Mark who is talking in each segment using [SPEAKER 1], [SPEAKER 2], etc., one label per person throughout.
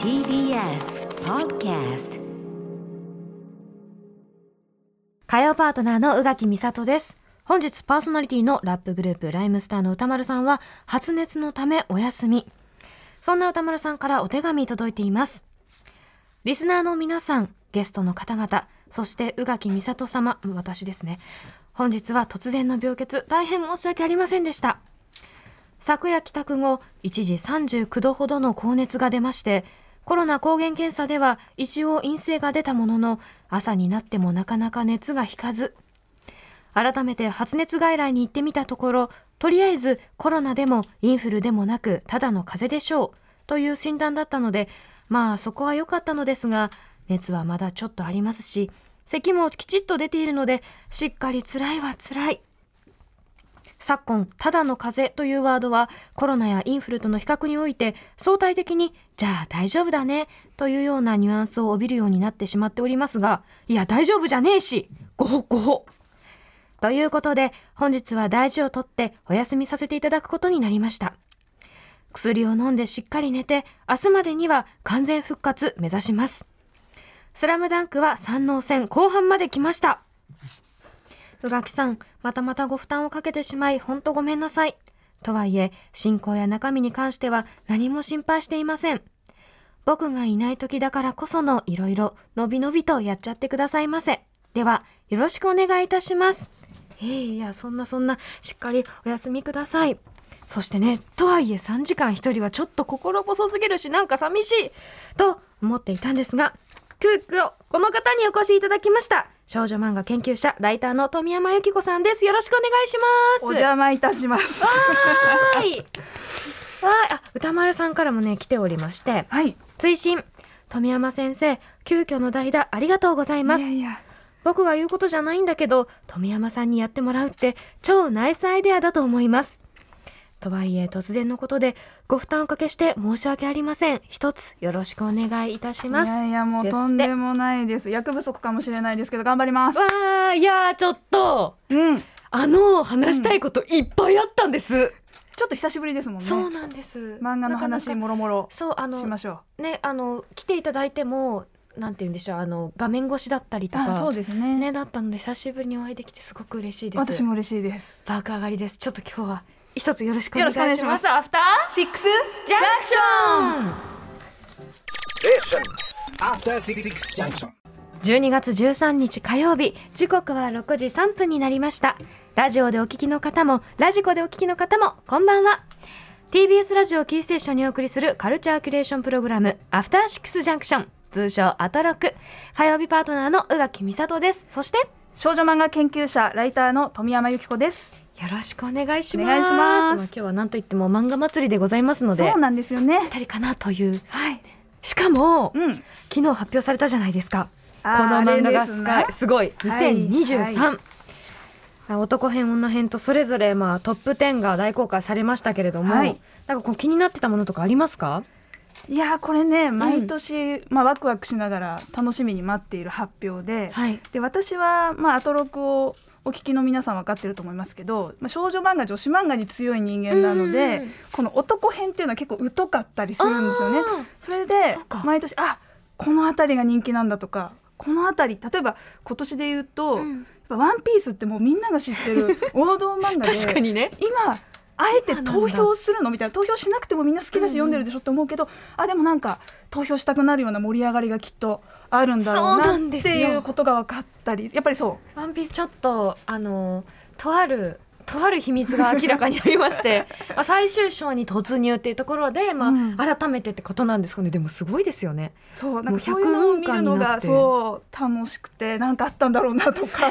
[SPEAKER 1] TBS Podcast 火曜パートナーの宇垣美里です本日パーソナリティのラップグループライムスターの歌丸さんは発熱のためお休みそんな歌丸さんからお手紙届いていますリスナーの皆さんゲストの方々そして宇垣美里様私ですね本日は突然の病欠大変申し訳ありませんでした昨夜帰宅後、一時39度ほどの高熱が出まして、コロナ抗原検査では一応陰性が出たものの、朝になってもなかなか熱が引かず、改めて発熱外来に行ってみたところ、とりあえずコロナでもインフルでもなく、ただの風邪でしょう、という診断だったので、まあそこは良かったのですが、熱はまだちょっとありますし、咳もきちっと出ているので、しっかり辛いは辛い。昨今ただの風邪というワードはコロナやインフルとの比較において相対的にじゃあ大丈夫だねというようなニュアンスを帯びるようになってしまっておりますがいや大丈夫じゃねえしごほごほということで本日は大事をとってお休みさせていただくことになりました薬を飲んでしっかり寝て明日までには完全復活目指しますスラムダンクは山王戦後半まで来ました宇垣さん、またまたご負担をかけてしまい、ほんとごめんなさい。とはいえ、進行や中身に関しては何も心配していません。僕がいない時だからこそのいろいろ、のびのびとやっちゃってくださいませ。では、よろしくお願いいたします。ええいや、そんなそんな、しっかりお休みください。そしてね、とはいえ3時間一人はちょっと心細すぎるし、なんか寂しいと思っていたんですが、クークをこの方にお越しいただきました。少女漫画研究者、ライターの富山由紀子さんです。よろしくお願いします。
[SPEAKER 2] お邪魔いたします。
[SPEAKER 1] はーい。わーい。あ、歌丸さんからもね、来ておりまして、
[SPEAKER 2] はい。
[SPEAKER 1] 追伸富山先生、急遽の代打ありがとうございま
[SPEAKER 2] い
[SPEAKER 1] す。
[SPEAKER 2] やいや、
[SPEAKER 1] 僕が言うことじゃないんだけど富山さんにやってもらうって超ナイスアイデアだと思いますとはいえ突然のことでご負担おかけして申し訳ありません一つよろしくお願いいたしま
[SPEAKER 2] い
[SPEAKER 1] す
[SPEAKER 2] やいやもうとんでもないです。薬不足かもしれないですけど頑張ります。
[SPEAKER 1] わあいやーちょっと
[SPEAKER 2] うん。ち
[SPEAKER 1] あの話したいこといっぱいあったんです、
[SPEAKER 2] ょっと久しぶりですもんね。
[SPEAKER 1] そうなんです
[SPEAKER 2] 漫画の話
[SPEAKER 1] なかなか
[SPEAKER 2] もろもろ
[SPEAKER 1] そうあの
[SPEAKER 2] しましょ
[SPEAKER 1] ねあの来ていただいてもなんて言うんでしょうあの画面越しだったり
[SPEAKER 2] う。
[SPEAKER 1] と
[SPEAKER 2] あ、そ
[SPEAKER 1] か
[SPEAKER 2] うですね。
[SPEAKER 1] ねだったので久しぶりにお会いできてすごく嬉しいです
[SPEAKER 2] 私も嬉しいです。
[SPEAKER 1] バーク上がりです。ちょっと今日は一つよろしくお願いし
[SPEAKER 2] よ
[SPEAKER 1] ま
[SPEAKER 2] ろ
[SPEAKER 1] す。
[SPEAKER 2] しくお願いします
[SPEAKER 1] アフター
[SPEAKER 2] シックス
[SPEAKER 1] ジャンクション
[SPEAKER 3] After Six Junction.
[SPEAKER 1] 12月13日火曜日時刻は6時3分になりましたラジオでお聞きの方もラジコでお聞きの方もこんばんは TBS ラジオキーステーションにお送りするカルチャーキュレーションプログラムアフターシックスジャンクション通称アトロク火曜日パートナーの宇垣美里ですそして
[SPEAKER 2] 少女漫画研究者ライターの富山由紀子です。
[SPEAKER 1] よろしくお願いします
[SPEAKER 2] お願いします
[SPEAKER 1] あ今日は何といっても漫画祭りでございますので
[SPEAKER 2] そうなんですよね
[SPEAKER 1] ぴっ。たりかなという
[SPEAKER 2] はい。
[SPEAKER 1] しかも、
[SPEAKER 2] うん。
[SPEAKER 1] 昨日発表されたじゃないですかこ
[SPEAKER 2] あー
[SPEAKER 1] の漫画
[SPEAKER 2] あれで
[SPEAKER 1] が
[SPEAKER 2] すす
[SPEAKER 1] か
[SPEAKER 2] ない
[SPEAKER 1] すごい2023、
[SPEAKER 2] はいは
[SPEAKER 1] あ男編女編とそれぞれまあトップ10が大公開されましたけれども、
[SPEAKER 2] はい
[SPEAKER 1] なんかこう気になってたものとかありますか
[SPEAKER 2] いやーこれね毎年、まあワクワクしながら楽しみに待っている発表で。
[SPEAKER 1] はい
[SPEAKER 2] で私は、まあ、アトロクをお聞きの皆さん分かってると思いますけど、まあ、少女漫画女子漫画に強い人間なの
[SPEAKER 1] うんうんう
[SPEAKER 2] で
[SPEAKER 1] ん
[SPEAKER 2] この男編っていうのは結構疎かったりするんですよね
[SPEAKER 1] あー。
[SPEAKER 2] それで
[SPEAKER 1] そうか
[SPEAKER 2] 毎年あこの辺りが人気なんだとかこの辺り例えば今年で言うと「
[SPEAKER 1] うん
[SPEAKER 2] やっぱワンピースってもうみんなが知ってる王道漫画で
[SPEAKER 1] 確かにね
[SPEAKER 2] 今あえて
[SPEAKER 1] 今なんだ
[SPEAKER 2] 投票するのみたいな投票しなくてもみんな好きだし読んでるでしょって思うけど、あでもなんか投票したくなるような盛り上がりがきっとあるんだろう
[SPEAKER 1] そうな
[SPEAKER 2] なんっ
[SPEAKER 1] です
[SPEAKER 2] て
[SPEAKER 1] よ
[SPEAKER 2] いうことが分かったりやっぱりそ
[SPEAKER 1] ワンピースちょっとあのとあるとある秘密が明らかになりまして まあ最終章に突入っていうところで、まあ
[SPEAKER 2] うん
[SPEAKER 1] 改めてってことなんですかねでもすごいですよね。
[SPEAKER 2] うそうなん
[SPEAKER 1] もう
[SPEAKER 2] かそういうのを見るの
[SPEAKER 1] 100分間になっ
[SPEAKER 2] が
[SPEAKER 1] て
[SPEAKER 2] そう楽しくてなんかあったんだろうなと か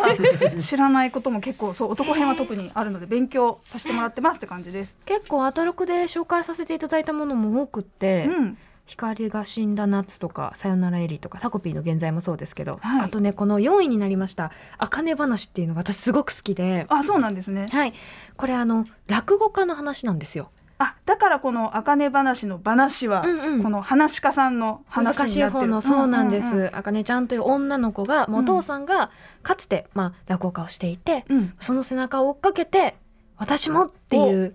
[SPEAKER 2] 知らないことも結構そう男編は特にあるので勉強させてもらってますって感じです。
[SPEAKER 1] 結構アトロクで紹介させていただいたものも多くって、
[SPEAKER 2] うん、
[SPEAKER 1] 光が死んだ夏とかさよならエリーとかタコピーの現在もそうですけど、
[SPEAKER 2] はい
[SPEAKER 1] あとねこの4位になりました「あかね話」っていうのが私すごく好きで、
[SPEAKER 2] あそうなんですね
[SPEAKER 1] はい、これあの落語家の話なんですよ。
[SPEAKER 2] あだからこの「あかね話」の話は、
[SPEAKER 1] うんうん
[SPEAKER 2] この話家さんの話
[SPEAKER 1] 難し
[SPEAKER 2] に
[SPEAKER 1] い
[SPEAKER 2] なって
[SPEAKER 1] 方
[SPEAKER 2] る
[SPEAKER 1] のそうなんです、
[SPEAKER 2] うんうん
[SPEAKER 1] あかねちゃんという女の子が、もうお父さんがかつて、まあ、落語家をしていて
[SPEAKER 2] うんうん
[SPEAKER 1] その背中を追っかけて私もっていう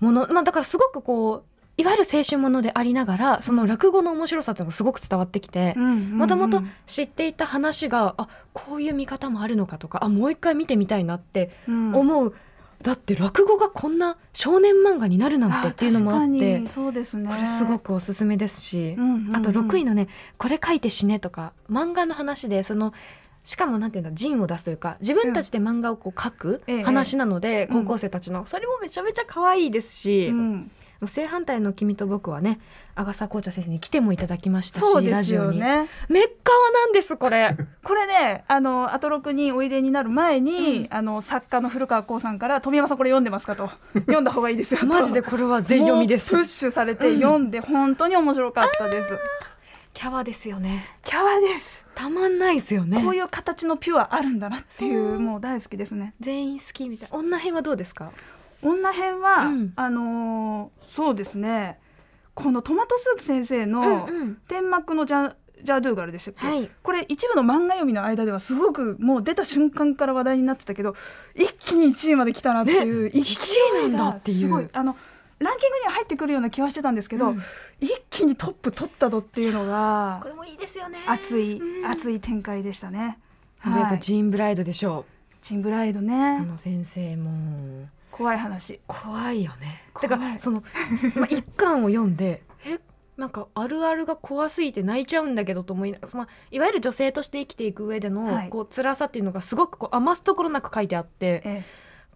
[SPEAKER 1] もの、まあ、だからすごくこういわゆる青春ものでありながらその落語の面白さっていうのがすごく伝わってきてもともと知っていた話があこういう見方もあるのかとかあもう一回見てみたいなって
[SPEAKER 2] 思
[SPEAKER 1] 思う、だって落語がこんな少年漫画になるなんてっていうのもあって
[SPEAKER 2] そうですね
[SPEAKER 1] これすごくおすすめですし、
[SPEAKER 2] うんうんうん
[SPEAKER 1] あと6位のね「これ書いて死ね」とか漫画の話でそのしかもなんていうんだ陣を出すというか自分たちで漫画をこう書く
[SPEAKER 2] ええ
[SPEAKER 1] 話なので、
[SPEAKER 2] え
[SPEAKER 1] 高校生たちの、それもめちゃめちゃ可愛いですし、
[SPEAKER 2] うん
[SPEAKER 1] 正反対の「君と僕」はね阿笠紅茶先生に来てもいただきましたし
[SPEAKER 2] そうで
[SPEAKER 1] ラ
[SPEAKER 2] す
[SPEAKER 1] ジオ
[SPEAKER 2] よ
[SPEAKER 1] に。
[SPEAKER 2] ね
[SPEAKER 1] メッカワなんですこ れ
[SPEAKER 2] これねあのアトロクにおいでになる前に、あの作家の古川光さんから富山さんこれ読んでますか と読んだ方がいいですよと
[SPEAKER 1] マジでこれは全読みです
[SPEAKER 2] もうプッシュされて読んで本当に面白かったです、
[SPEAKER 1] キャワですよね
[SPEAKER 2] キャワです
[SPEAKER 1] たまんないですよね
[SPEAKER 2] こういう形のピュアあるんだなっていう、
[SPEAKER 1] そう
[SPEAKER 2] もう大好きですね
[SPEAKER 1] 全員好きみたいな女編はどうですか
[SPEAKER 2] 女編は、
[SPEAKER 1] うん
[SPEAKER 2] あのーそうですねこのトマトスープ先生の、
[SPEAKER 1] うんうん
[SPEAKER 2] 天幕のジャジャドゥーガルでしたっけ、
[SPEAKER 1] はい
[SPEAKER 2] これ一部の漫画読みの間ではすごくもう出た瞬間から話題になってたけど一気に1位まで来たなっていう勢い
[SPEAKER 1] 1位
[SPEAKER 2] が
[SPEAKER 1] なんだっていう
[SPEAKER 2] すごいあのランキングには入ってくるような気はしてたんですけど、
[SPEAKER 1] うん
[SPEAKER 2] 一気にトップ取ったぞっていうのが
[SPEAKER 1] これもいいですよね
[SPEAKER 2] 熱い、
[SPEAKER 1] うん
[SPEAKER 2] 熱い展開でしたね。
[SPEAKER 1] もうやっ
[SPEAKER 2] は
[SPEAKER 1] ぱ
[SPEAKER 2] い、
[SPEAKER 1] ジーンブライドでしょ
[SPEAKER 2] チンブライド
[SPEAKER 1] う、あ
[SPEAKER 2] ね
[SPEAKER 1] の先生も
[SPEAKER 2] 怖い話
[SPEAKER 1] 怖いよね
[SPEAKER 2] 怖
[SPEAKER 1] て
[SPEAKER 2] い
[SPEAKER 1] かその、まあ、一巻を読んでえなんかあるあるが怖すぎて泣いちゃうんだけどと思いながら、まあ、いわゆる女性として生きていく上での、
[SPEAKER 2] はい
[SPEAKER 1] こう辛さっていうのがすごくこう余すところなく書いてあっ
[SPEAKER 2] え
[SPEAKER 1] て
[SPEAKER 2] え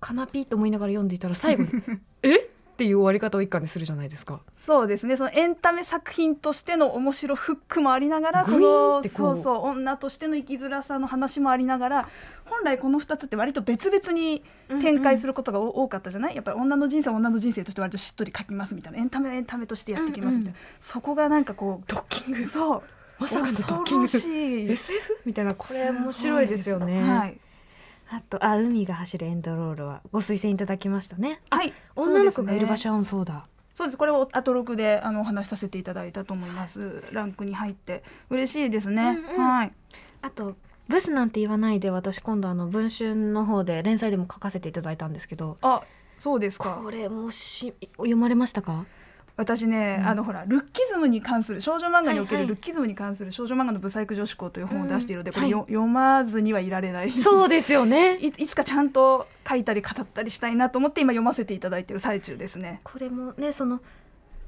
[SPEAKER 1] かなぴーと思いながら読んでいたら最 後に「えっ?」ていう終わり方を一巻でするじゃないですか。
[SPEAKER 2] そうですねそのエンタメ作品としての面白フックもありながらそ
[SPEAKER 1] グイーンっ
[SPEAKER 2] の
[SPEAKER 1] てこう
[SPEAKER 2] そうそう女としての生きづらさの話もありながら本来この2つって割と別々に展開することがお多かったじゃないやっぱり女の人生は女の人生として割としっとり書きますみたいなエンタメはエンタメとしてやっていきますみたいな、そこがなんかこう
[SPEAKER 1] ドッキング
[SPEAKER 2] そう
[SPEAKER 1] まさかのドッ
[SPEAKER 2] 恐
[SPEAKER 1] キン
[SPEAKER 2] ろ
[SPEAKER 1] グ
[SPEAKER 2] しい
[SPEAKER 1] SF? みたいなこれ面白いですよね。
[SPEAKER 2] はい、
[SPEAKER 1] あとあ海が走るエンドロールはご推薦いただきましたね。あ
[SPEAKER 2] はい、
[SPEAKER 1] 女の子がいる場
[SPEAKER 2] は
[SPEAKER 1] 所はそうだ。
[SPEAKER 2] そうですこれをアトロクであのお話しさせていただいたと思いますランクに入って嬉しいですね、
[SPEAKER 1] うんうん
[SPEAKER 2] はい
[SPEAKER 1] あとブスなんて言わないで私今度あの文春の方で連載でも書かせていただいたんですけど。
[SPEAKER 2] あそうですか
[SPEAKER 1] これもし読まれましたか？
[SPEAKER 2] 私ね、
[SPEAKER 1] うん
[SPEAKER 2] あのほらルッキズムに関する少女漫画におけ
[SPEAKER 1] はい
[SPEAKER 2] る
[SPEAKER 1] はい
[SPEAKER 2] ルッキズムに関する少女漫画のブサイク女子校という本を出しているので、
[SPEAKER 1] うん
[SPEAKER 2] これよ、
[SPEAKER 1] は
[SPEAKER 2] 読まずにはいられない
[SPEAKER 1] そうですよね。
[SPEAKER 2] いいつかちゃんと書いたり語ったりしたいなと思って今読ませていただいてる最中ですね。
[SPEAKER 1] これもねその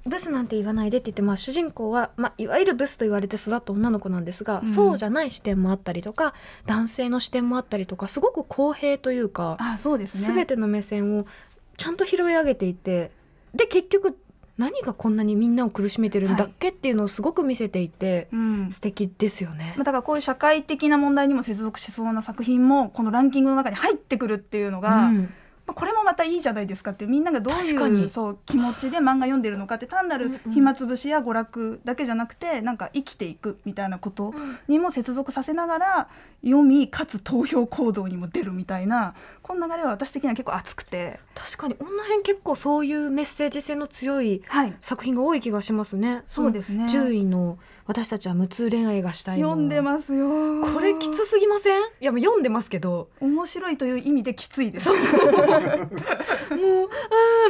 [SPEAKER 1] ブスなんて言わないでって言ってまあ主人公はまあいわゆるブスと言われて育った女の子なんですが、
[SPEAKER 2] うん
[SPEAKER 1] そうじゃない視点もあったりとか男性の視点もあったりとかすごく公平というか。
[SPEAKER 2] あそうですね
[SPEAKER 1] すべての目線をちゃんと拾い上げていてで結局何がこんなにみんなを苦しめてるんだっけっていうのをすごく見せていて、
[SPEAKER 2] うん
[SPEAKER 1] 素敵ですよね
[SPEAKER 2] まあ、だからこういう社会的な問題にも接続しそうな作品もこのランキングの中に入ってくるっていうのが、
[SPEAKER 1] うん
[SPEAKER 2] まあ、これもまたいいじゃないですかってみんながどう
[SPEAKER 1] 確か
[SPEAKER 2] い
[SPEAKER 1] に
[SPEAKER 2] うそう気持ちで漫画読んでるのかって単なる暇つぶしや娯楽だけじゃなくてなんか生きていくみたいなことにも接続させながら読みかつ投票行動にも出るみたいなこの流れは私的には結構熱くて、
[SPEAKER 1] 確かに女編結構そういうメッセージ性の強い
[SPEAKER 2] はい、
[SPEAKER 1] 作品が多い気がしますね
[SPEAKER 2] そうですね
[SPEAKER 1] 10位の「私たちは無痛恋愛がしたいの」
[SPEAKER 2] 読んでますよ
[SPEAKER 1] これきつすぎませんいやもう読んでますけど
[SPEAKER 2] 面白いという意味できついです
[SPEAKER 1] もうあ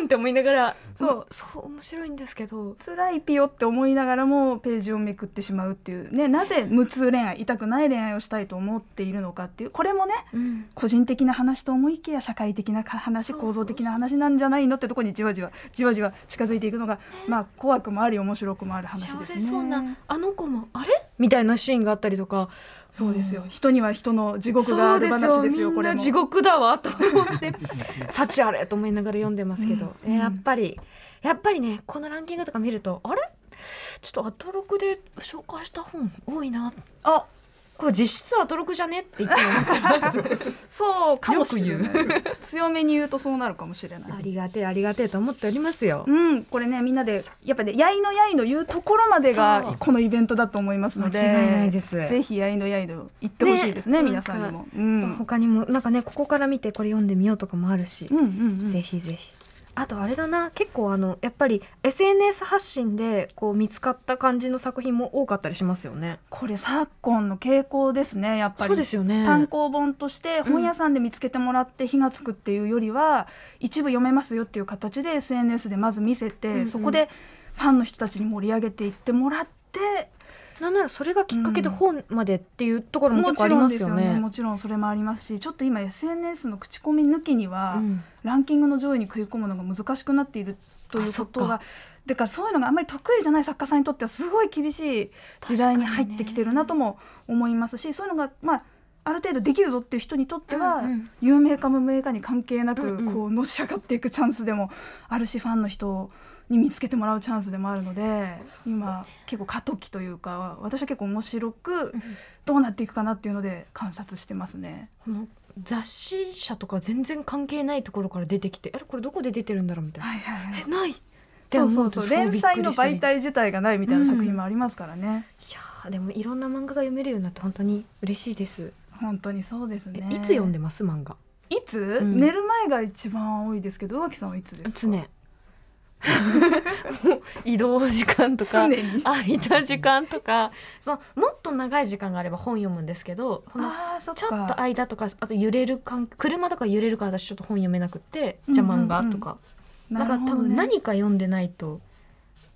[SPEAKER 1] ーんって思いながら
[SPEAKER 2] そう
[SPEAKER 1] そう面白いんですけど
[SPEAKER 2] 辛いピヨって思いながらもページをめくってしまうっていうねなぜ無痛恋愛痛くない恋愛をしたいと思っているのかっていうこれもね
[SPEAKER 1] うん
[SPEAKER 2] 個人的な話と思いきや社会的な話
[SPEAKER 1] そうそう
[SPEAKER 2] 構造的な話なんじゃないのってところにじわじわじわじわ近づいていくのが、まあ怖くもあり面白くもある話
[SPEAKER 1] 幸
[SPEAKER 2] です
[SPEAKER 1] せ
[SPEAKER 2] ね。
[SPEAKER 1] そうなあの子もあれみたいなシーンがあったりとか
[SPEAKER 2] そうですよ、人には人の地獄がある話ですよ
[SPEAKER 1] みん
[SPEAKER 2] これ
[SPEAKER 1] な
[SPEAKER 2] も
[SPEAKER 1] 地獄だわと思って 幸あれと思いながら読んでますけど、
[SPEAKER 2] うん
[SPEAKER 1] えーやっぱりやっぱりねこのランキングとか見るとあれちょっとアトロクで紹介した本多いな
[SPEAKER 2] あ
[SPEAKER 1] これ実質アトロクじゃねっていつも思ってます
[SPEAKER 2] そうかもしれない強めに言うとそうなるかもしれない
[SPEAKER 1] ありがてえありがてえと思っておりますよ
[SPEAKER 2] うん、これねみんなでやっぱねやいのやいの言うところまで
[SPEAKER 1] そう
[SPEAKER 2] がこのイベントだと思いますので
[SPEAKER 1] 間違いないです
[SPEAKER 2] ぜひやいのやいの言ってほしいですね
[SPEAKER 1] ね
[SPEAKER 2] 皆さんにもうん
[SPEAKER 1] 他にもなんかねここから見てこれ読んでみようとかもあるし、
[SPEAKER 2] うんうんう
[SPEAKER 1] ぜ
[SPEAKER 2] ん
[SPEAKER 1] ひぜひあとあれだな結構あのやっぱり SNS 発信でこう見つかった感じの作品も多かったりしますよね
[SPEAKER 2] これ昨今の傾向ですねやっぱり
[SPEAKER 1] そうですよね
[SPEAKER 2] 単行本として本屋さんで見つけてもらって火がつくっていうよりは、一部読めますよっていう形で SNS でまず見せて、
[SPEAKER 1] うんうん
[SPEAKER 2] そこでファンの人たちに盛り上げていってもらって
[SPEAKER 1] なんならそれがきっかけで
[SPEAKER 2] うん
[SPEAKER 1] 本までっていうところも
[SPEAKER 2] も
[SPEAKER 1] 結構あ
[SPEAKER 2] ち
[SPEAKER 1] り
[SPEAKER 2] ろん
[SPEAKER 1] ま
[SPEAKER 2] ですす
[SPEAKER 1] よ
[SPEAKER 2] よ
[SPEAKER 1] ね。
[SPEAKER 2] ねもちろんそれもありますしちょっと今 SNS の口コミ抜きには、
[SPEAKER 1] うん
[SPEAKER 2] ランキングの上位に食い込むのが難しくなっているとい
[SPEAKER 1] あ
[SPEAKER 2] う
[SPEAKER 1] そ
[SPEAKER 2] こ
[SPEAKER 1] っか
[SPEAKER 2] とがだからそういうのがあんまり得意じゃない作家さんにとってはすごい厳しい時代に入ってきてるなとも思いますし、そういうのが、まあ、ある程度できるぞっていう人にとっては、
[SPEAKER 1] うんうん
[SPEAKER 2] 有名か無名かに関係な
[SPEAKER 1] うんう
[SPEAKER 2] く
[SPEAKER 1] ん
[SPEAKER 2] こうのし上がっていくチャンスでもあるしファンの人に見つけてもらうチャンスでもあるので今結構過渡期というか私は結構面白くどうなっていくかなっていうので観察してますね。
[SPEAKER 1] この雑誌社とか全然関係ないところから出てきてあれこれどこで出てるんだろうみたいな。
[SPEAKER 2] はいはいはい
[SPEAKER 1] えないって
[SPEAKER 2] そう
[SPEAKER 1] 思
[SPEAKER 2] そう
[SPEAKER 1] うと
[SPEAKER 2] そう
[SPEAKER 1] すごい
[SPEAKER 2] 連
[SPEAKER 1] びっくり
[SPEAKER 2] 載の
[SPEAKER 1] したり
[SPEAKER 2] 媒体自体がないみたいな作品もありますからね、
[SPEAKER 1] いやーでもいろんな漫画が読めるようになって本当に嬉しいです。
[SPEAKER 2] 本当にそうです
[SPEAKER 1] え
[SPEAKER 2] ね
[SPEAKER 1] いつ読んでます漫画？
[SPEAKER 2] いつ、
[SPEAKER 1] うん
[SPEAKER 2] 寝る前が一番多いですけど上木さんはいつです
[SPEAKER 1] 常。
[SPEAKER 2] か
[SPEAKER 1] もう移動時間と
[SPEAKER 2] 常。
[SPEAKER 1] か
[SPEAKER 2] に
[SPEAKER 1] 空いた時間とかそのもっと長い時間があれば本読むんですけどこの
[SPEAKER 2] あーそっか
[SPEAKER 1] ちょっと間とかあと揺れる感車とか揺れるから私ちょっと本読めなくって
[SPEAKER 2] うん
[SPEAKER 1] じ
[SPEAKER 2] う
[SPEAKER 1] ゃ
[SPEAKER 2] ん
[SPEAKER 1] あ
[SPEAKER 2] うん
[SPEAKER 1] 漫画とか、だから
[SPEAKER 2] な
[SPEAKER 1] 多
[SPEAKER 2] るほど
[SPEAKER 1] 分
[SPEAKER 2] ね
[SPEAKER 1] 何か読んでないと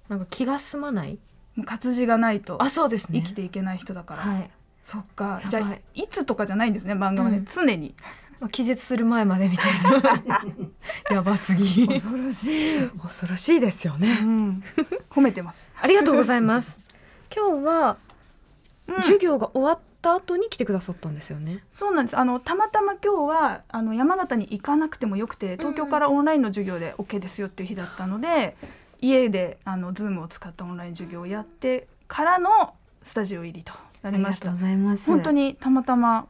[SPEAKER 1] なんか気が済まない
[SPEAKER 2] もう活字がないと
[SPEAKER 1] あそうですね
[SPEAKER 2] 生きていけない人だから、
[SPEAKER 1] はい、
[SPEAKER 2] そっか
[SPEAKER 1] やばい
[SPEAKER 2] じゃあいつとかじゃないんですね漫画はね、
[SPEAKER 1] うん
[SPEAKER 2] 常 に
[SPEAKER 1] まあ、気絶する前までみたい なやばす ぎ
[SPEAKER 2] 恐ろしい、う
[SPEAKER 1] 恐ろしいですよね
[SPEAKER 2] ん、褒めてます、
[SPEAKER 1] ありがとうございます今日は
[SPEAKER 2] うん
[SPEAKER 1] 授業が終わった後に来てくださったんですよね、
[SPEAKER 2] そうなんですあのたまたま今日はあの山形に行かなくてもよくて東京からオンラインの授業で OK ですよっていう日だったので、家であの Zoom を使ったオンライン授業をやってからのスタジオ入りとなりました
[SPEAKER 1] ざいます
[SPEAKER 2] 本当にたまたま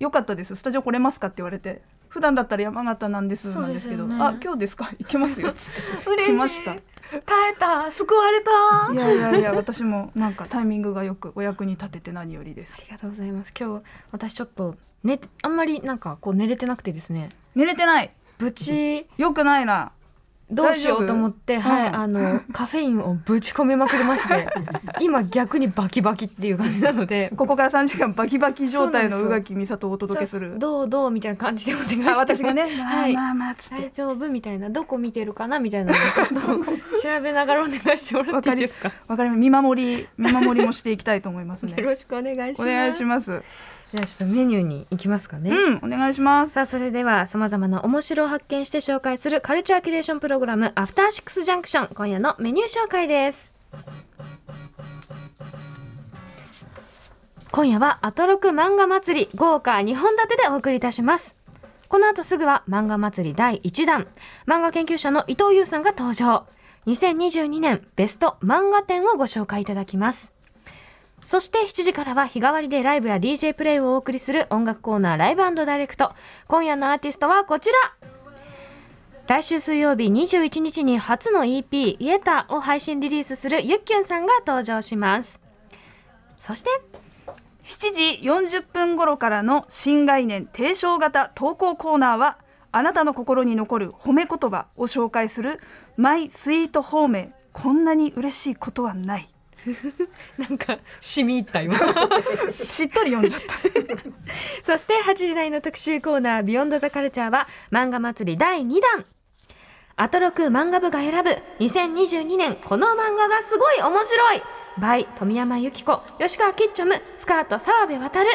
[SPEAKER 2] 良かったですスタジオ来れますかって言われて普段だったら山形なんですなんですけど
[SPEAKER 1] そうですよね
[SPEAKER 2] あ今日ですか行けますよっつって
[SPEAKER 1] 嬉しい
[SPEAKER 2] 来ました
[SPEAKER 1] 耐えた救われ た
[SPEAKER 2] いやいやいや私もなんかタイミングがよくお役に立てて何よりで
[SPEAKER 1] あ
[SPEAKER 2] す
[SPEAKER 1] りがとうございます。今日私ちょっと寝てあんまりなんかこう寝れてなくてですね。
[SPEAKER 2] 寝れてない
[SPEAKER 1] ぶち
[SPEAKER 2] よくないな
[SPEAKER 1] どうしようと思って、
[SPEAKER 2] 大丈夫
[SPEAKER 1] はい、
[SPEAKER 2] うん
[SPEAKER 1] あの カフェインをぶち込みまくりま して、今逆にバキバキっていう感じなので、
[SPEAKER 2] ここから3時間バキバキ状態の
[SPEAKER 1] そう
[SPEAKER 2] 宇
[SPEAKER 1] なんで
[SPEAKER 2] 垣美里をお届けする。
[SPEAKER 1] どうどうみたいな感じでお願いして
[SPEAKER 2] あ、私がね、
[SPEAKER 1] はい。
[SPEAKER 2] まあまあまあつって
[SPEAKER 1] 大。丈夫みたいなどこ見てるかなみたいなのを ちょっと調べながらお願いしてもらっていいですか
[SPEAKER 2] わかります見守り、見守りもしていきたいと思いますね
[SPEAKER 1] よ。ろしくお願いし ます
[SPEAKER 2] お願いします。
[SPEAKER 1] じゃあちょっとメニューに行きますかね、
[SPEAKER 2] うん、お願いします。
[SPEAKER 1] さあそれではさまざまな面白を発見して紹介するカルチャーキュレーションプログラム「アフターシックスジャンクション」今夜のメニュー紹介です今夜はアトロク漫画祭り豪華2本立てでお送りいたしますこの後すぐは漫画祭り第1弾漫画研究者の伊藤優さんが登場2022年ベスト漫画展をご紹介いただきますそして7時からは日替わりでライブや DJ プレイをお送りする音楽コーナーライブダイレクト。今夜のアーティストはこちら来週水曜日21日に初の EP「イエタ」を配信リリースするゆっきゅんさんが登場します。そして
[SPEAKER 2] 7時40分頃からの新概念提唱型投稿コーナーはあなたの心に残る褒め言葉を紹介するマイスイート褒めこんなに嬉しいことはない
[SPEAKER 1] なんかしみ入った今
[SPEAKER 2] しっとり読んじゃった
[SPEAKER 1] そして8時台の特集コーナー「ビヨンドザカルチャーは漫画祭り第2弾アトロク漫画部が選ぶ2022年この漫画がすごい面白い by 富山由紀子吉川キッチョムスカート澤部渡る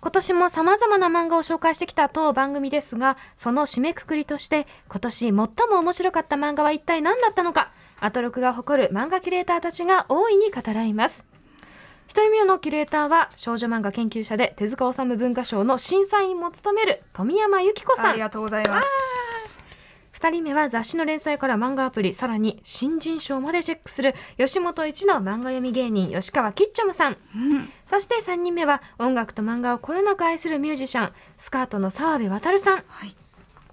[SPEAKER 1] 今年も様々な漫画を紹介してきた当番組ですがその締めくくりとして今年最も面白かった漫画は一体何だったのかアトロクが誇る漫画キュレーターたちが大いに語らいます一人目のキュレーターは少女漫画研究者で手塚治虫文化賞の審査員も務める富山由紀子 さ
[SPEAKER 2] あ
[SPEAKER 1] ん
[SPEAKER 2] りがとうございます
[SPEAKER 1] 2人目は雑誌の連載から漫画アプリさらに新人賞までチェックする吉本一の漫画読み芸人吉川キッチョムさん、そして3人目は音楽と漫画をこよなく愛するミュージシャンスカートの澤部渉さん、
[SPEAKER 2] い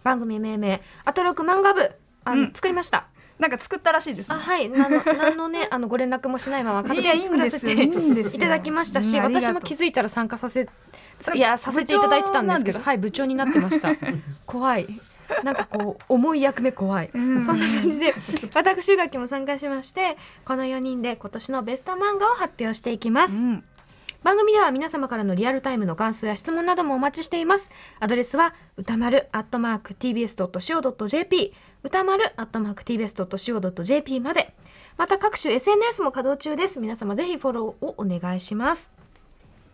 [SPEAKER 1] 番組命名「アトロク漫画部」あの
[SPEAKER 2] うん
[SPEAKER 1] 作りました
[SPEAKER 2] なんか作ったらしいです
[SPEAKER 1] あ
[SPEAKER 2] ね
[SPEAKER 1] はい何の何の ねあのご連絡もしないまま勝手に作らせて
[SPEAKER 2] いやいいんですよいいんですよ
[SPEAKER 1] いただきましたし、
[SPEAKER 2] うんありがと
[SPEAKER 1] 私
[SPEAKER 2] う
[SPEAKER 1] も気づいたら参加させいやさせていただいてたんですけ
[SPEAKER 2] 部長なんでし
[SPEAKER 1] ど
[SPEAKER 2] ょ
[SPEAKER 1] はい部長になってました 怖いなんかこう重い役目怖い、
[SPEAKER 2] うん
[SPEAKER 1] そんな感じで私宇垣も参加しましてこの4人で今年のベスト漫画を発表していきます、
[SPEAKER 2] うん
[SPEAKER 1] 番組では皆様からのリアルタイムの感想や質問などもお待ちしていますアドレスは歌丸 tbs.co.jp 歌丸 tbs.co.jp までまた各種 SNS も稼働中です皆様ぜひフォローをお願いします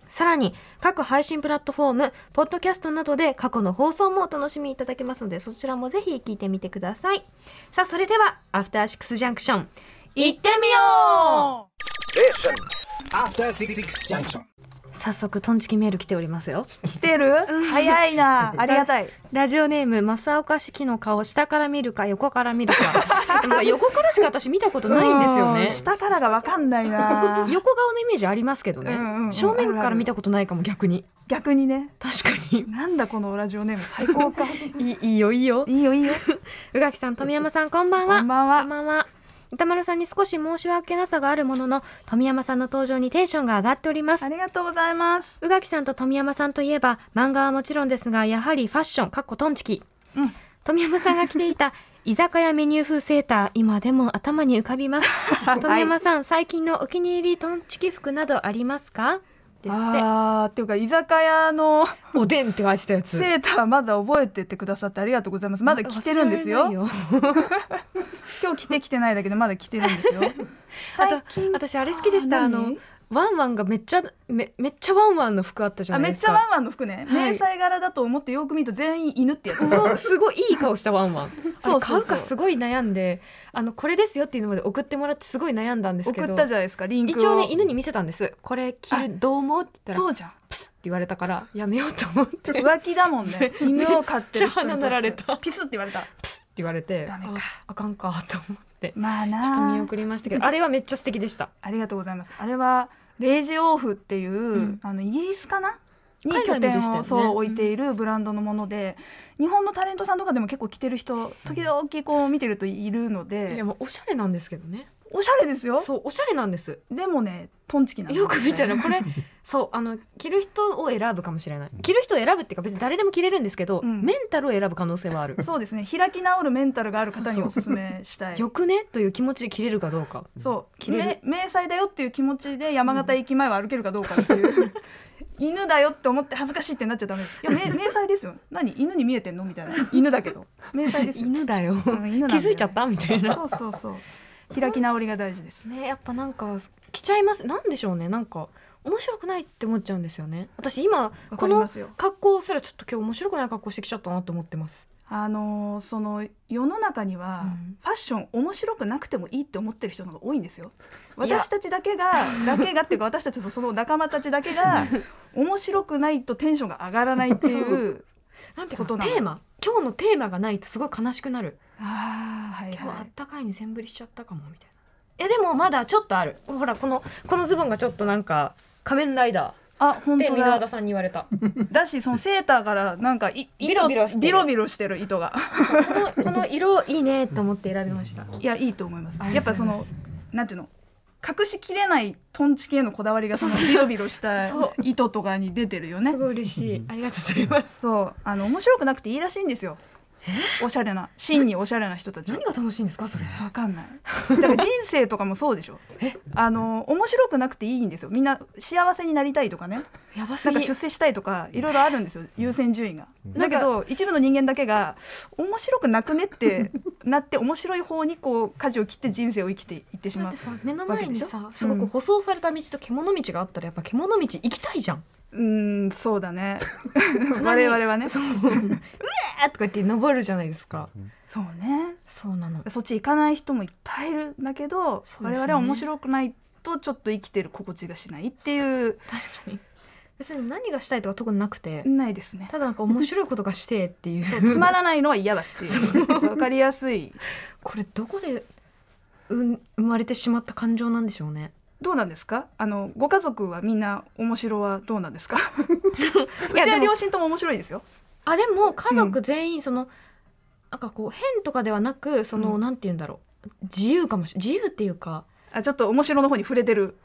[SPEAKER 1] さらに各配信プラットフォームポッドキャストなどで過去の放送もお楽しみいただけますのでそちらもぜひ聞いてみてくださいさあそれではアフターシックスジャンクション行ってみよ
[SPEAKER 3] After Six Junction.
[SPEAKER 1] う早速トンチキメール来ておりますよ
[SPEAKER 2] 来てる早い なありがたい
[SPEAKER 1] ラジオネーム正岡子規の顔下から見るか横から見る かでもさ横からしか私見たことないんですよ
[SPEAKER 2] う
[SPEAKER 1] ね
[SPEAKER 2] ん下からがわかんないな
[SPEAKER 1] 横顔のイメージありますけどね、
[SPEAKER 2] うんうんうん
[SPEAKER 1] 正面から見たことないかも逆に
[SPEAKER 2] 逆にね
[SPEAKER 1] 確かに
[SPEAKER 2] なんだこのラジオネーム最高 かい
[SPEAKER 1] いいいよいいよ
[SPEAKER 2] いよいいよ
[SPEAKER 1] 宇垣さん富山さんこんばんは
[SPEAKER 2] こんばんは
[SPEAKER 1] こんばんは歌丸さんに少し申し訳なさがあるものの富山さんの登場にテンションが上がっております
[SPEAKER 2] ありがとうございます
[SPEAKER 1] 宇垣さんと富山さんといえば漫画はもちろんですがやはりファッションかっこトンチキ、
[SPEAKER 2] うん
[SPEAKER 1] 富山さんが着ていた居酒屋メニュー風セーター今でも頭に浮か びます富山さん、最近のお気に入りトンチキ服などありますかですって
[SPEAKER 2] あーっていうか居酒屋の
[SPEAKER 1] おでんって書いてたやつ
[SPEAKER 2] セーターまだ覚えててくださってありがとうございますまだ着てるんですよ今日着てきてないだけでまだ着てるんです よ
[SPEAKER 1] あと私あれ好きでしたあの
[SPEAKER 2] 何
[SPEAKER 1] ワンワンがめっちゃめめっちゃワンワンの服あったじゃ
[SPEAKER 2] あ
[SPEAKER 1] ない
[SPEAKER 2] め
[SPEAKER 1] で
[SPEAKER 2] っ
[SPEAKER 1] す
[SPEAKER 2] ちゃ
[SPEAKER 1] か
[SPEAKER 2] ワンワンの服ね、
[SPEAKER 1] はい
[SPEAKER 2] 迷彩柄だと思ってよく見ると全員犬ってやつ
[SPEAKER 1] そうすごいいい顔したワンワン
[SPEAKER 2] そ
[SPEAKER 1] そう
[SPEAKER 2] そう
[SPEAKER 1] う買
[SPEAKER 2] そう
[SPEAKER 1] うかすごい悩んであのこれですよっていうのまで送ってもらってすごい悩んだんですけど
[SPEAKER 2] 送ったじゃないですかリンクを
[SPEAKER 1] 一応ね犬に見せたんですこれ着るどう思うって言ったら
[SPEAKER 2] そ
[SPEAKER 1] って
[SPEAKER 2] うじゃん
[SPEAKER 1] 言われたからやめようと思ってっ て
[SPEAKER 2] 浮気だもん ね犬を飼ってる人にとっ
[SPEAKER 1] めっちゃ鼻
[SPEAKER 2] て
[SPEAKER 1] なられた
[SPEAKER 2] ピスって言われ た
[SPEAKER 1] 言われて
[SPEAKER 2] ダメか
[SPEAKER 1] ああかんかと思って
[SPEAKER 2] まあな
[SPEAKER 1] ちょっと見送りましたけどあれはめっちゃ素敵でした
[SPEAKER 2] ありがとうございますあれはレイジオーフっていう、
[SPEAKER 1] ん
[SPEAKER 2] あのイギリスかなに
[SPEAKER 1] 海
[SPEAKER 2] 拠
[SPEAKER 1] 外ので
[SPEAKER 2] 点
[SPEAKER 1] した
[SPEAKER 2] を、
[SPEAKER 1] よね
[SPEAKER 2] そう置いているブランドのもので日本のタレントさんとかでも結構着てる人時々こう見てるといるの
[SPEAKER 1] い
[SPEAKER 2] で
[SPEAKER 1] やもうおしゃれなんですけどね
[SPEAKER 2] おしゃれですよ
[SPEAKER 1] そうおしゃれなんです
[SPEAKER 2] でもねトンチキなんです
[SPEAKER 1] よく見たらこれ そうあの着る人を選ぶかもしれない着る人を選ぶっていうか別に誰でも着れるんですけど、
[SPEAKER 2] うん
[SPEAKER 1] メンタルを選ぶ可能性はある
[SPEAKER 2] そうですね開き直るメンタルがある方におすすめしたい
[SPEAKER 1] よくねという気持ちで着れるかどうか
[SPEAKER 2] そう
[SPEAKER 1] 着れる
[SPEAKER 2] め迷彩だよっていう気持ちで山形駅前は歩けるかどうかっていう、 犬だよって思って恥ずかしいってなっちゃダメですいやめ迷彩ですよ何犬に見えてんのみたいな犬だけど迷彩ですよ
[SPEAKER 1] 犬だよ、
[SPEAKER 2] うん犬なん
[SPEAKER 1] 気
[SPEAKER 2] だよ
[SPEAKER 1] づいちゃったみたいな
[SPEAKER 2] そうそうそう開き直りが大事です
[SPEAKER 1] ねやっぱなんか着ちゃいますなんでしょうねなんか面白くないって思っちゃうんですよね私今
[SPEAKER 2] わか
[SPEAKER 1] こ
[SPEAKER 2] り
[SPEAKER 1] の
[SPEAKER 2] ますよ
[SPEAKER 1] 格好すらちょっと今日面白くない格好してきちゃったなって思ってます
[SPEAKER 2] あのーその世の中には
[SPEAKER 1] うん
[SPEAKER 2] ファッション面白くなくてもいいって思ってる人の方が多いんですよ
[SPEAKER 1] いや
[SPEAKER 2] 私たちだけがだけがっていうか私たちとその仲間たちだけが面白くないとテンションが上がらないっていう
[SPEAKER 1] なんて
[SPEAKER 2] こ
[SPEAKER 1] ことと
[SPEAKER 2] な
[SPEAKER 1] テ
[SPEAKER 2] の
[SPEAKER 1] ーマ今日のテーマがないとすごい悲しくなる
[SPEAKER 2] あーはい
[SPEAKER 1] 今日あ
[SPEAKER 2] は
[SPEAKER 1] っ
[SPEAKER 2] い
[SPEAKER 1] たかいに全振りしちゃったかもみたいなえでもまだちょっとあるほらこのこのズボンがちょっとなんか仮面ライダ
[SPEAKER 2] あ
[SPEAKER 1] ー
[SPEAKER 2] 本
[SPEAKER 1] で
[SPEAKER 2] 当
[SPEAKER 1] 箕輪田
[SPEAKER 2] だ
[SPEAKER 1] さんに言われた
[SPEAKER 2] だしそのセーターからなんかい糸
[SPEAKER 1] ビロビロしてる
[SPEAKER 2] ビロビロしてる糸 が
[SPEAKER 1] このこの色いいねと思って選びました
[SPEAKER 2] いやいいと思います
[SPEAKER 1] あり
[SPEAKER 2] や
[SPEAKER 1] が
[SPEAKER 2] っ
[SPEAKER 1] とう
[SPEAKER 2] ぱ
[SPEAKER 1] ご
[SPEAKER 2] そ
[SPEAKER 1] ざいます
[SPEAKER 2] のなんていうの隠しきれないトンチ系のこだわり がそのビロビロした
[SPEAKER 1] そう
[SPEAKER 2] 糸とかに出てるよね
[SPEAKER 1] すごい嬉しいありがとうございます
[SPEAKER 2] そうあの面白くなくていいらしいんですよおしゃれな真におしゃれな人たちは
[SPEAKER 1] 何が楽しいんですかそれ
[SPEAKER 2] わかんないだから人生とかもそうでし ょあの面白くなくていいんですよみんな幸せになりたいとかね
[SPEAKER 1] やばす
[SPEAKER 2] なん
[SPEAKER 1] ぎ
[SPEAKER 2] か出世したいとかいろいろあるんですよ優先順位が。だ
[SPEAKER 1] なん
[SPEAKER 2] け
[SPEAKER 1] か
[SPEAKER 2] ど一部の人間だけが面白くなくねって なって面白い方にこう舵を切って人生を生きていってし
[SPEAKER 1] だ
[SPEAKER 2] ま
[SPEAKER 1] っ
[SPEAKER 2] う
[SPEAKER 1] て。さ目の前
[SPEAKER 2] わ
[SPEAKER 1] に
[SPEAKER 2] けでし
[SPEAKER 1] さ
[SPEAKER 2] ょ
[SPEAKER 1] すご
[SPEAKER 2] う
[SPEAKER 1] く
[SPEAKER 2] ん
[SPEAKER 1] 舗装された道と獣道があったらやっぱ獣道行きたいじゃん。
[SPEAKER 2] うーんそうだ ね我々はね
[SPEAKER 1] そううえーとか言って登るじゃないですか。
[SPEAKER 2] そうね
[SPEAKER 1] そうなの。
[SPEAKER 2] そっち行かない人もいっぱいいるんだけど、
[SPEAKER 1] そうで
[SPEAKER 2] 我
[SPEAKER 1] すよね
[SPEAKER 2] 々は面白くないとちょっと生きてる心地がしないっていう
[SPEAKER 1] 確かに別に何がしたいとか特になくて、
[SPEAKER 2] ないですね
[SPEAKER 1] ただなんか面白いことがしてっていう。
[SPEAKER 2] そうつまらないのは嫌だって いうわかりやすい
[SPEAKER 1] これどこでうん生まれてしまった感情なんでしょうね。
[SPEAKER 2] どうなんですかあのご家族はみんな面白はどうなんですかう
[SPEAKER 1] いや
[SPEAKER 2] ち
[SPEAKER 1] で
[SPEAKER 2] は
[SPEAKER 1] も
[SPEAKER 2] 両親とも面白いですよ
[SPEAKER 1] あでも家族全員その、なんかこう変とかではなくその、
[SPEAKER 2] うん
[SPEAKER 1] なんて言うんだろう自由かもし自由っていうか。
[SPEAKER 2] あちょっと面白の方に触れてる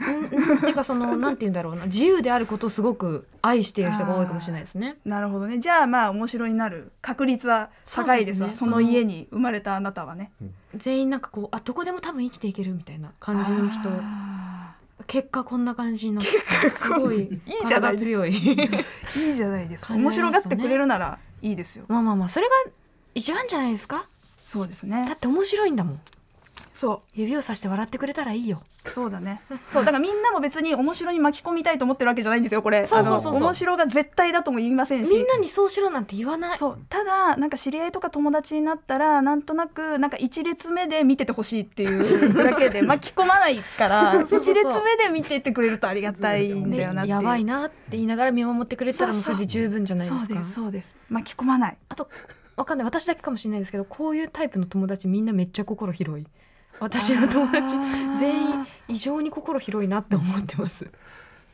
[SPEAKER 1] うんうんてかそ のなんて言うんだろうな自由であることをすごく愛している人が多いかもしれないですね。
[SPEAKER 2] なるほどねじゃあまあ面白になる確率は高いですわそ
[SPEAKER 1] そうです
[SPEAKER 2] の
[SPEAKER 1] ね
[SPEAKER 2] 家に生まれたあなたはね
[SPEAKER 1] 全員なんかこうあどこでも多分生きていけるみたいな感じの人
[SPEAKER 2] あ
[SPEAKER 1] 結果こんな感じのすごい
[SPEAKER 2] いいじゃない
[SPEAKER 1] 体強い
[SPEAKER 2] いいじゃないですか
[SPEAKER 1] 考えま
[SPEAKER 2] 面
[SPEAKER 1] した
[SPEAKER 2] 白
[SPEAKER 1] ね
[SPEAKER 2] がってくれるならいいですよ
[SPEAKER 1] まあまあまあそれが一番じゃないですか
[SPEAKER 2] そうです
[SPEAKER 1] だっ
[SPEAKER 2] ね
[SPEAKER 1] て面白いんだもん
[SPEAKER 2] そ
[SPEAKER 1] 指をさして笑ってくれたらいいよ
[SPEAKER 2] うそうだねそうだからみんなも別に面白に巻き込みたいと思ってるわけじゃないんですよこれ
[SPEAKER 1] そう
[SPEAKER 2] あ
[SPEAKER 1] そ
[SPEAKER 2] の
[SPEAKER 1] うそうそう
[SPEAKER 2] 面白が絶対だとも言いませんし
[SPEAKER 1] みんなにそうしろなんて言わない
[SPEAKER 2] そうただなんか知り合いとか友達になったらなんとなくなんか一列目で見ててほしいっていうだけで巻き込まないから
[SPEAKER 1] そうそうそうそう
[SPEAKER 2] 一列目で見てってくれるとありがたいん
[SPEAKER 1] で
[SPEAKER 2] だよなっていう
[SPEAKER 1] やばいなって言いながら見守ってくれたらもうそ
[SPEAKER 2] そうそう
[SPEAKER 1] れで十分じゃないですか
[SPEAKER 2] そうですそうです巻き込まない
[SPEAKER 1] あとわかんない私だけかもしれないですけどこういうタイプの友達みんなめっちゃ心広い私の友達
[SPEAKER 2] あー
[SPEAKER 1] 全員異常に心広いなって思ってます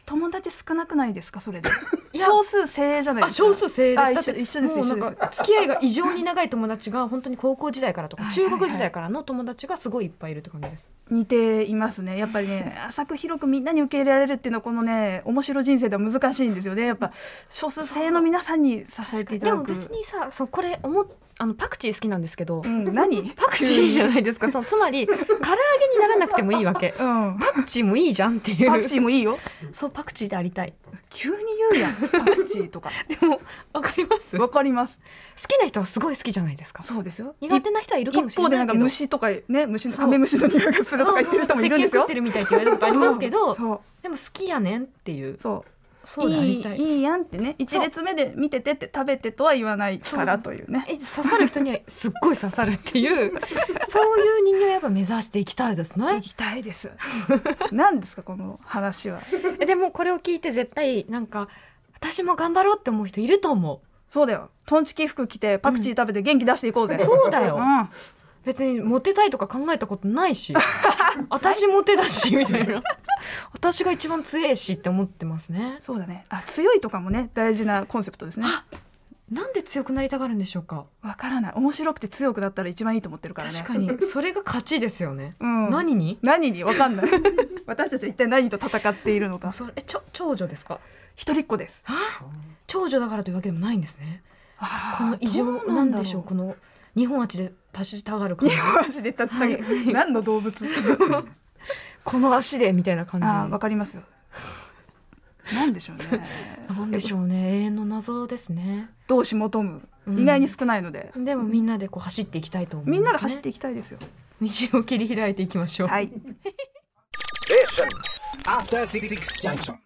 [SPEAKER 2] 友達少なくないですかそれで
[SPEAKER 1] いや
[SPEAKER 2] 少数精鋭じゃない
[SPEAKER 1] あ
[SPEAKER 2] ですか
[SPEAKER 1] 少数制
[SPEAKER 2] あ
[SPEAKER 1] で
[SPEAKER 2] 一
[SPEAKER 1] す
[SPEAKER 2] 緒一緒です
[SPEAKER 1] もう
[SPEAKER 2] 一緒
[SPEAKER 1] な
[SPEAKER 2] で
[SPEAKER 1] ん
[SPEAKER 2] す
[SPEAKER 1] か付き合いが異常に長い友達が本当に高校時代からとか
[SPEAKER 2] はいはい
[SPEAKER 1] 中
[SPEAKER 2] はい
[SPEAKER 1] 学時代からの友達がすごいいっぱいいるって感じです
[SPEAKER 2] 似ていますねやっぱりね浅く広くみんなに受け入れられるっていうのはこのね面白人生では難しいんですよねやっぱ少数精鋭の皆さんに支えていた
[SPEAKER 1] で
[SPEAKER 2] だ
[SPEAKER 1] も
[SPEAKER 2] く
[SPEAKER 1] 別にさそうこれ思っあのパクチー好きなんですけど
[SPEAKER 2] うん何
[SPEAKER 1] パクチーじゃないですかそのつまり唐揚げにならなくてもいいわけ
[SPEAKER 2] うん
[SPEAKER 1] パクチーもいいじゃんっていう
[SPEAKER 2] パクチーもいいよ
[SPEAKER 1] そうパクチーでありたい
[SPEAKER 2] 急に言うやんパクチーとか
[SPEAKER 1] でもわかります
[SPEAKER 2] わかります
[SPEAKER 1] 好きな人はすごい好きじゃないですか
[SPEAKER 2] そうですよ
[SPEAKER 1] 苦手な人はいるかも
[SPEAKER 2] 一
[SPEAKER 1] しれ
[SPEAKER 2] 方
[SPEAKER 1] ないけ
[SPEAKER 2] で
[SPEAKER 1] ど
[SPEAKER 2] なんか虫とかね虫の
[SPEAKER 1] そう
[SPEAKER 2] カメムシの匂いがするとか言ってる人もいるんですよ
[SPEAKER 1] そうそうそう石鹸食ってるみたいって言われたことありますけど
[SPEAKER 2] そうそう
[SPEAKER 1] でも好きやねんっていう
[SPEAKER 2] そう
[SPEAKER 1] そうであ
[SPEAKER 2] い
[SPEAKER 1] り
[SPEAKER 2] い
[SPEAKER 1] たい
[SPEAKER 2] いいやんってね一列目で見ててって食べてとは言わないからというね
[SPEAKER 1] え刺さる人にはすっごい刺さるっていう そういう人間をやっぱ目指していきたいですね
[SPEAKER 2] 行きたいです何ですかこの話は
[SPEAKER 1] えでもこれを聞いて絶対なんか私も頑張ろうって思う人いると思
[SPEAKER 2] そうだよトンチキ服着てパクチー食べて元気出していこうぜ、
[SPEAKER 1] うそうだよ
[SPEAKER 2] ん
[SPEAKER 1] 別にモテたいとか考えたことない し私モテだしみたいな私が一番強えしって思ってますね
[SPEAKER 2] そうだねあ強いとかもね大事なコンセプトですね
[SPEAKER 1] なんで強くなりたがるんでしょうか
[SPEAKER 2] わからない面白くて強くだったら一番いいと思ってるからね
[SPEAKER 1] 確かにそれが勝ちですよね、
[SPEAKER 2] うん
[SPEAKER 1] 何に
[SPEAKER 2] 何にわかんない 私たちは一体何と戦っているのか
[SPEAKER 1] それえちょ長女ですか
[SPEAKER 2] 一人っ子です
[SPEAKER 1] 長女だからというわけでもないんですねこ
[SPEAKER 2] あー
[SPEAKER 1] の異常
[SPEAKER 2] どう
[SPEAKER 1] なん
[SPEAKER 2] だろ
[SPEAKER 1] でしょうこの日本足で足したがる感
[SPEAKER 2] 日本足で立ちたげる、
[SPEAKER 1] はい
[SPEAKER 2] 何の動 物
[SPEAKER 1] この足でみたいな感じ
[SPEAKER 2] あーわかりますよなんでしょう ね
[SPEAKER 1] なんでしょうね永遠の謎ですね
[SPEAKER 2] 同士求む
[SPEAKER 1] うん
[SPEAKER 2] 意外に少ないので、
[SPEAKER 1] でもみんなでこう走っていきたいと思います、ね、
[SPEAKER 2] みんなで走っていきたいですよ、
[SPEAKER 1] 道を切り開いていきましょう
[SPEAKER 2] はい
[SPEAKER 3] Station. After Six Junction.